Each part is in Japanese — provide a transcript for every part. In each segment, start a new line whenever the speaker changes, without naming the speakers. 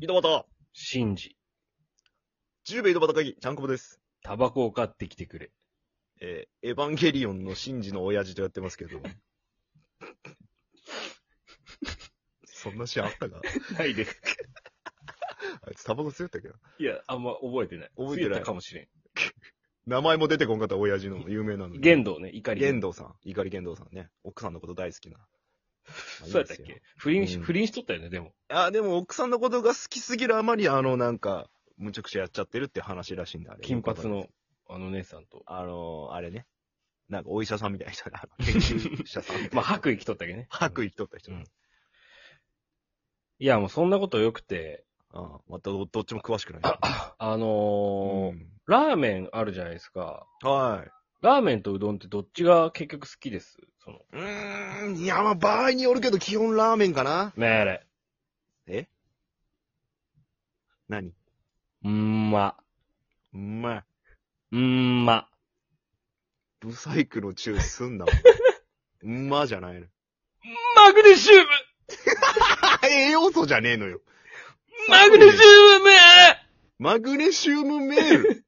井戸端、
シンジ、
十兵衛井戸端会議、ちゃんこぼです。
タバコを買ってきてくれ。
えーエヴァンゲリオンのシンジの親父とやってますけど。 そんなシーンあったか
ないです。
あいつタバコ吸ったけど。
いや、あんま覚えてない。
覚えてない
ついたかもしれん。
名前も出てこんかった親父の有名なのに。
玄道ね、怒り。
玄道さん。怒り玄道さんね。奥さんのこと大好きな。
そうやったっけ不倫し、
うん
不倫しとったよね、でも。
あ、でも奥さんのことが好きすぎるあまり、あの、なんか、むちゃくちゃやっちゃってるって話らしいんだ、あれ。
金髪の、あの姉さんと。
あの、あれね。なんかお医者さんみたいな人 だ。研究者さんみたいな。
まあ、白衣着とったっけね。
白衣着とった人。
う
うんん。
いや、もうそんなことよくて、
あまたどどっちも詳しくない。
あ
う
のー
ん、
ラーメンあるじゃないですか。
はい。
ラーメンとうどんってどっちが結局好きですその。
うーん、いや、まあ、場合によるけど、基本ラーメンかな。
ねえれ。
何
うんま。
うまい。
うんま。
ブサイクのチューすんな、お 前うまじゃないの。
マグネシウム
あ栄養素じゃねえのよ。
マグネシウムめ
マグネシウムメー ル。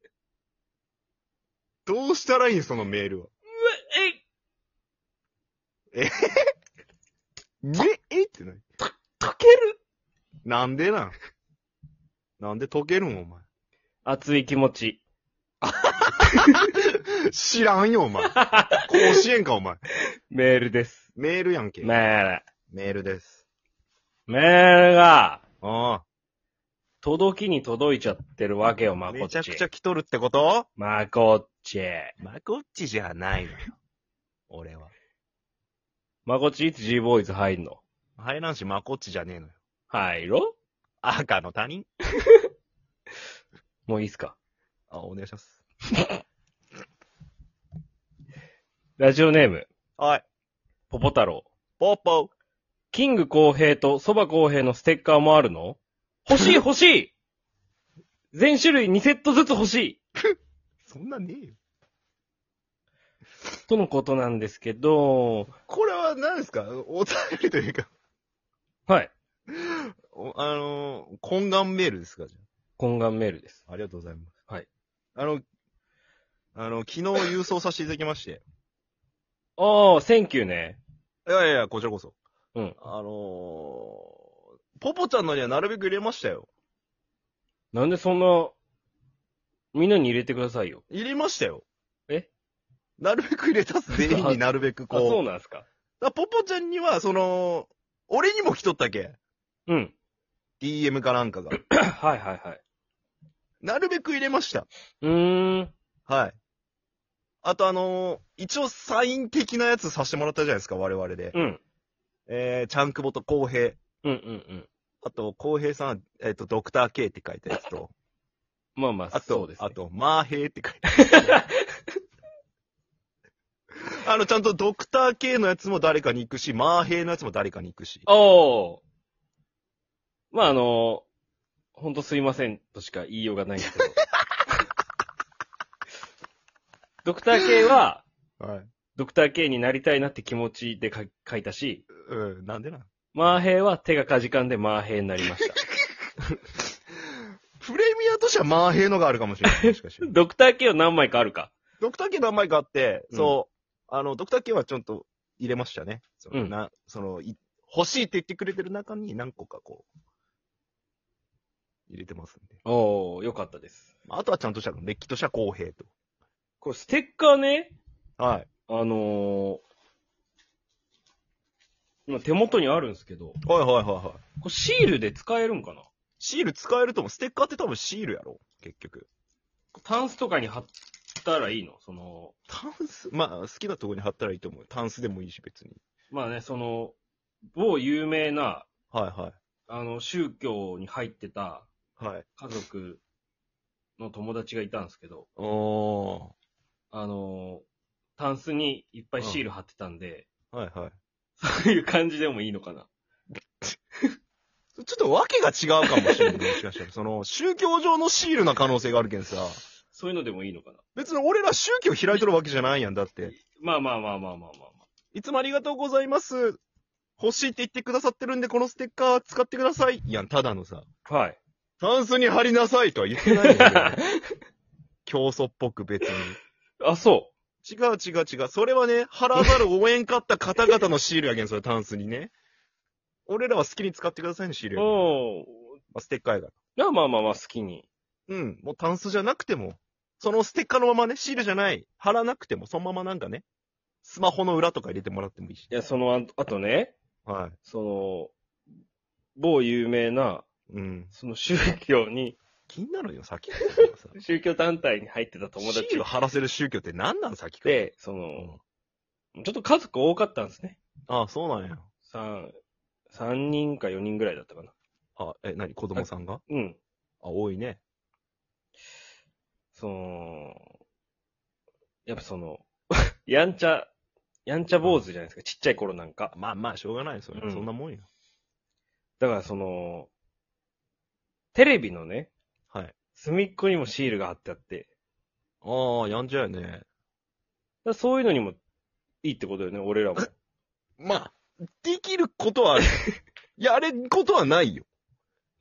どうしたらいいんそのメールは。
え
め、えって何
溶ける
なんでなんなんで溶けるんお前。
熱い気持ち。
知らんよ、 お前。甲子園か、お前。
メールです。
メールやんけ。
メール。
メールです。
メールが、
あ
届きに届いちゃってるわけよ、
あ。
まこっち。
めちゃくちゃ来とるってこと
まこっち。
まこっちじゃないのよ。俺は。
まこっちいつ G ボーイズ入んの
入らんし、まこっちじゃねえのよ。
入ろ
赤の他人
もういいっすか
あ、お願いします。
ラジオネーム、
はい。
ポポ太郎。
ポッポ
キング公平と蕎麦公平のステッカーもあるの欲 しい欲しい全種類2セットずつ欲しい
そんなねえよ。
とのことなんですけど、
これは何ですかお便りというか、
はい。
おあのー懇願メールですかじゃ
懇願メールです。
あ。ありがとうございます。
はい。
あの、あの、昨日郵送させていただきまして。
あー、センキューね。
いやいやいや、こちらこそ。
うん。
あのーポポちゃんのにはなるべく入れましたよ。
なんでそんな、みんなに入れてくださいよ。
入れましたよ。
え
なるべく入れたっす。全員になるべく
あ、
こう。
そうなんすか
だからポポちゃんには、その、俺にも来とったけ。
うん。
DM かなんか が。
はいはいはい。
なるべく入れました。
うーん。
はい。あとあのー一応サイン的なやつさせてもらったじゃないですか、我々で。
うん。
えー、ちゃんくぼとこうへい。
うんうんうん。
あと、こうへいさんは、えっ、と、ドクター K って書いたやつと。
まあまあ、
あ
そ
と、
うです、ね。
あと、マーヘイって書いたや つ。あの、ちゃんとドクター K のやつも誰かに行くし、マーヘイのやつも誰かに行くし。
おー。まああの、ほんとすいませんとしか言いようがないんです けど。ドクター K は、
はい。
ドクター K になりたいなって気持ちでか書いたし、
うん、なんでなん
マーヘイは手がかじかんでマーヘイになり ました。
プレミアとしてはマーヘイのがあるかもしれ ない。もしかして。
ドクター K は何枚かあるか。
ドクター K 何枚かあって、
うん
そう、あの、ドクター K はちょっと入れましたね。その、
うん
な、その、い欲しいって言ってくれてる中に何個かこう、入れてますんで。
おー、よかったです。
あとはちゃんとした、れっきとした公平と。
これステッカーね、
はい。
あのー、今手元にあるんですけど、
はいはいはいはい。
これシールで使えるんかな
シール使えると思う。ステッカーって多分シールやろ結局。
タンスとかに貼ったらいいのその、
タンス、まあ、好きなとこに貼ったらいいと思う。タンスでもいいし、別に。
まあね、その、某有名な、
はいは
あの、宗教に入ってた
い。はい。
家族の友達がいたんですけど、
おー。
あの、タンスにいっぱいシール貼ってたんで、
はいはい。
そういう感じでもいいのかな。
ちょっとわけが違うかもしれない。もしかした ら、その、宗教上のシールな可能性があるけんさ。
そういうのでもいいのかな。
別に俺ら宗教開いとるわけじゃないやん。だって、
まあまあまあまあまあまあまあ。
いつもありがとうございます。欲しいって言ってくださってるんで、このステッカー使ってください。いやん、ただのさ。
はい。
タンスに貼りなさいとは言ってないんだよ ね。競争っぽく別に。
あ、そ
違う違う違う。それはね、払わざる応援かった方々のシールやけん、それタンスにね。俺らは好きに使ってくださいのシール
う。
やけんま
お
あ、ステッカーやから。
まあまあまあまあ、好きに。
うん。もうタンスじゃなくても、そのステッカーのままね、シールじゃない。貼らなくても、そのままなんかね、スマホの裏とか入れてもらってもいいし。
いや、そのあ、あとね、
は
その、某有名な、
い。うん。
その宗教に、
気になるよ、さっき。
宗教団体に入ってた 友
友達
達
を貼らせる宗教って何なん、さっきから。
で、その、ちょっと家族多かったんですね。
ああ、そうなんや。
三、三人か四人ぐらいだったかな。
あ、え、何子供さんが
うん。
あ、多いね。
その、やっぱその、 やんちゃ、やんちゃ坊主じゃないですか、ちっちゃい頃なんか。
まあまあ、しょうがない、それ。
うん
そんなもんよ。
だからその、テレビのね、
はい。
隅っこにもシールが貼ってあって、だか
ああ、やんちゃやね。
らそういうのにもいいってことよね、俺らも。
まあ、できること は、やれんことはないよ。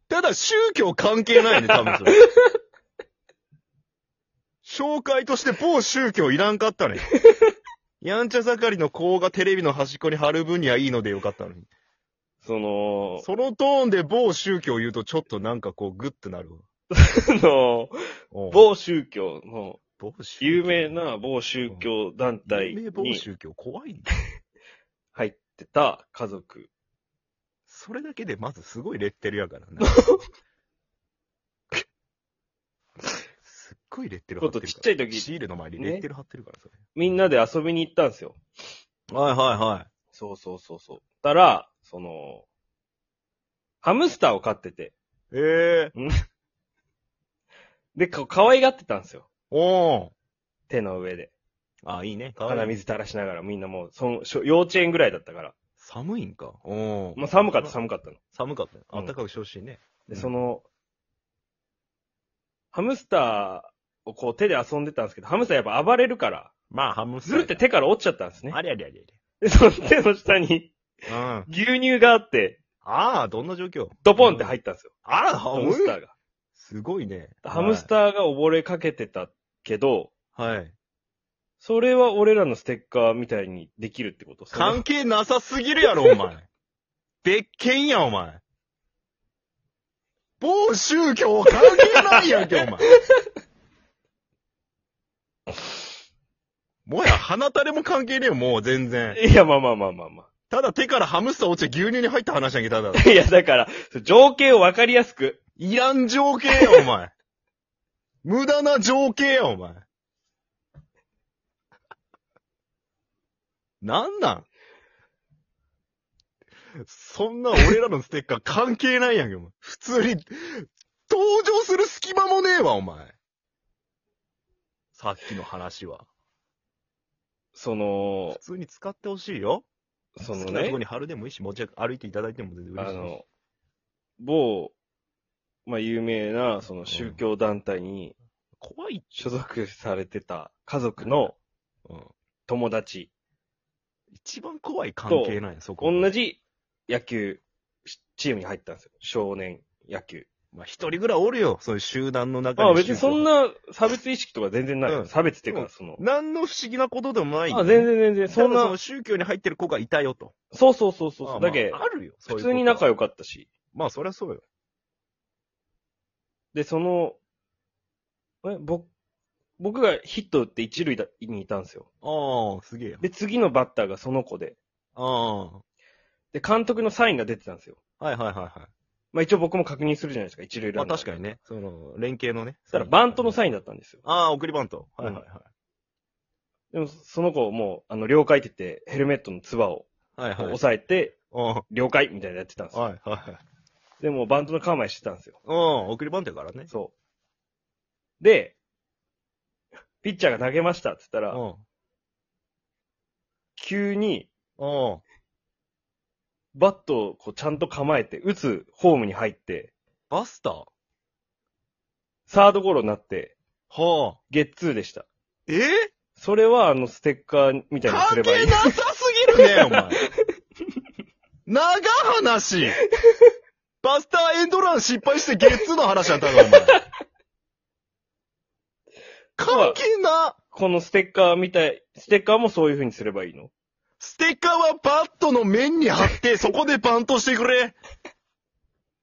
ただ、宗教関係ない ね、多分それ。紹介として某宗教いらんかった ね。やんちゃ盛りの子がテレビの端っこに貼る分にはいいのでよかったのに。
その、
そのトーンで某宗教言うとちょっとなんかこうグッてなるわ。
その、
おう
某宗教の、
某宗教
有名な某宗教団体
有名某
に
宗教怖いね。
入ってた家族。
それだけでまずすごいレッテルやからな。すっごいレッテル貼ってるから。
ことちっちゃい時
シールの前にレッテル貼ってるから、それ。
みんなで遊びに行ったんですよ。
はいはいはい。
そうそうそうそう。たら、その、ハムスターを飼ってて、
ええ
で、か、可愛がってたんですよ。
おー。
手の上で。
あ、いいね。か
鼻水垂らしながら、みんなもう、その、しょ幼稚園ぐらいだったから。
寒いんか。おー。
まあ、寒かった、寒かったの。
寒かったよ。
うん
暖かくしてほしいね。
で、その、ハムスターをこう手で遊んでたんですけど、ハムスターやっぱ暴れるから、
まあ、ハムスタ
ずるって手から落ちちゃったんですね。
ありゃりゃり
で、その手の下に
ゃりゃ。うん。
牛乳があって、
ああ、どんな状況
ドポンって入ったんですよ。
あら、
ハ
ハ
ム
ム
ス
ス
タ
ター。
ーが。
すごいね。
ハムスターが溺れかけてたけど、
ー。はい。
それは俺らのステッカーみたいにできるってことその
関係なさすぎるやろ、お前。別件や、お前。某宗教関係ないやんけ、お前。もはや、鼻垂れも関係ねえよ、もう、全然。
いや、まあまあまあまあま
ただ手からハムスター落ちて牛乳に入った話やんけ、ただ。
あ。いや、 だから、その情景をわかりやすく。
いらん情景や、お 前。無駄な情景や、お前。なんなんそんな俺らのステッカー関係ないやんけ、お前。普通に、登場する隙間もねえわ、お前。さっきの話は。
その
普、通に使ってほしいよ。
その
好きなと
ね
こ、に貼るでもいいし、持ち歩いていただいても全然嬉
あ
しいし。
の、某、まあ有名な、その宗教団体に
怖いっち
所属されてた家族の
ょ。うん。
友達、
一番怖い関係ないやん、そこ。
同じ野球しチームに入ったんですよ。少年野球。
まあ、一人ぐらいおるよ。そういう集団の中
ま
に。
あ別にそん。な差別意識とか全然ない。
うん
差別っていうか、その、
何の不思議なことでもない、
あ、全。然全然、
そ
そ
ん
ん
な。そ
な
の、宗教に入ってる子がいたよと。
そうそうそうそう、
まあまあ
だけ、
あるよ。
普通に仲
良
良かったし。
まあ、そりゃそうよ。
で、その、え、僕、僕がヒット打って一塁だにいたんですよ。
ああ、すげえよ。
で、次のバッターがその子で。
ああ。は
で、監督のサインが出てたんですよ。
いはいはいは
まあ一応僕も確認するじゃないですか、一塁
い。ま
ラ
あ、
ンナー。
確かにね。その、連携のね。
そしたらバントの
イン。
サインだったんですよ。
ああ、送りバント。はいはいはい。
でも、その子もう、あの、了解って言って、ヘルメットのツバを
はいはい。
押さえて、
うん。はい
了解みたいなのやってたんですよ。
はいはい。
で、もうバントの構えしてたんですよ。
うん、送りバントやからね。
そう。で、ピッチャーが投げましたって言ったら、
ん。
急に、
うん。
バットをこうちゃんと構えて、打つホームに入って、
バスター
サードゴロになって、
はあ。
ゲッツーでした。
え
それはあのステッカーみたいにす
関
れば
係
いい。
なさすぎるね、お前。長話。バスターエンドラン失敗してゲッツーの話だったの、お前。関係な
このステッカーみたい、ステッカーもそういう風にすればいいの
ステッカーはバットの面に貼って、そこでバントしてくれ。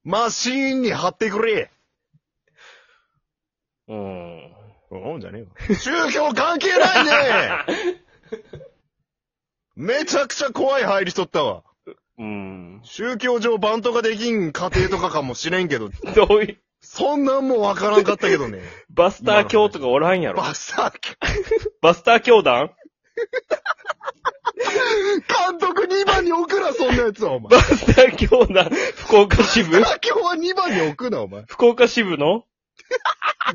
マシーンに貼ってくれ。
うん。
うん、じゃねえわ。宗教関係ないねめちゃくちゃ怖い入りしとったわ。
うん。
宗教上バントができん家庭とかかもしれんけど、
どういう、
そんなんもわからんかったけどね。
バスター教とかおらんやろ。
バスター
バスター教団
監督2番に置くな、そんなやつは、お前。
バスター教団、福岡支部
今日は2番に置くな、お前。
福岡支部の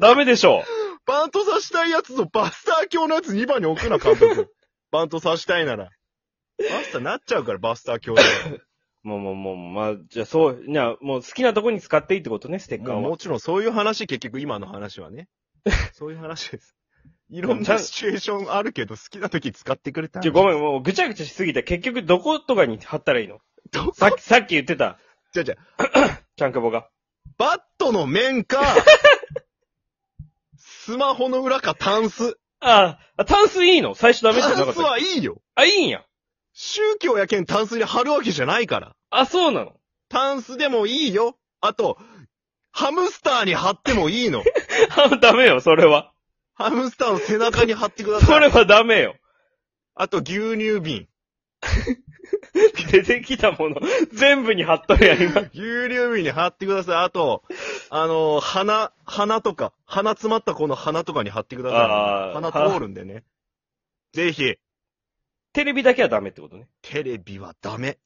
ダメでしょ。
バントさしたいやつとバスター教のやつ2番に置くな、監督。バントさしたいなら。バスターなっちゃうから、バスター教で。
もうもうもう、まあ、じゃあそう、じゃあもう好きなとこに使っていいってことね、ステッカー
もう
は
も。ちろんそういう話、結局今の話はね。そういう話です。いろんなシチュエーションあるけど、好きな時使ってくれたら
ちょ、ごめん、もうぐちゃぐちゃしすぎた。結局どことかに貼ったらいいの
ど
さっき、さっき言ってた、
じゃあじゃあ
ちゃんくぼが。
バットの面 か、スマホの裏かタンス。
ああ、タンスいいの最初ダメってな
タ
か
ン
っ
ス
た。
はいいよ。
あ、いいんや。
宗教やけんタンスに貼るわけじゃないから。
あ、そうなの。
タンスでもいいよ。あと、ハムスターに貼ってもいい の。
あダメよ、それは。
ハムスターの背中に貼ってくだ
そ
さい。
れはダメよ。
あと、牛乳瓶。
出てきたもの、全部に貼っとるやん、今。
牛乳瓶に貼ってください。あと、あのー鼻、鼻とか、鼻詰まった子の鼻とかに貼ってくださ
あー
い。鼻通るんでね。ぜひ、
テレビだけはダメってことね。
テレビはダメ。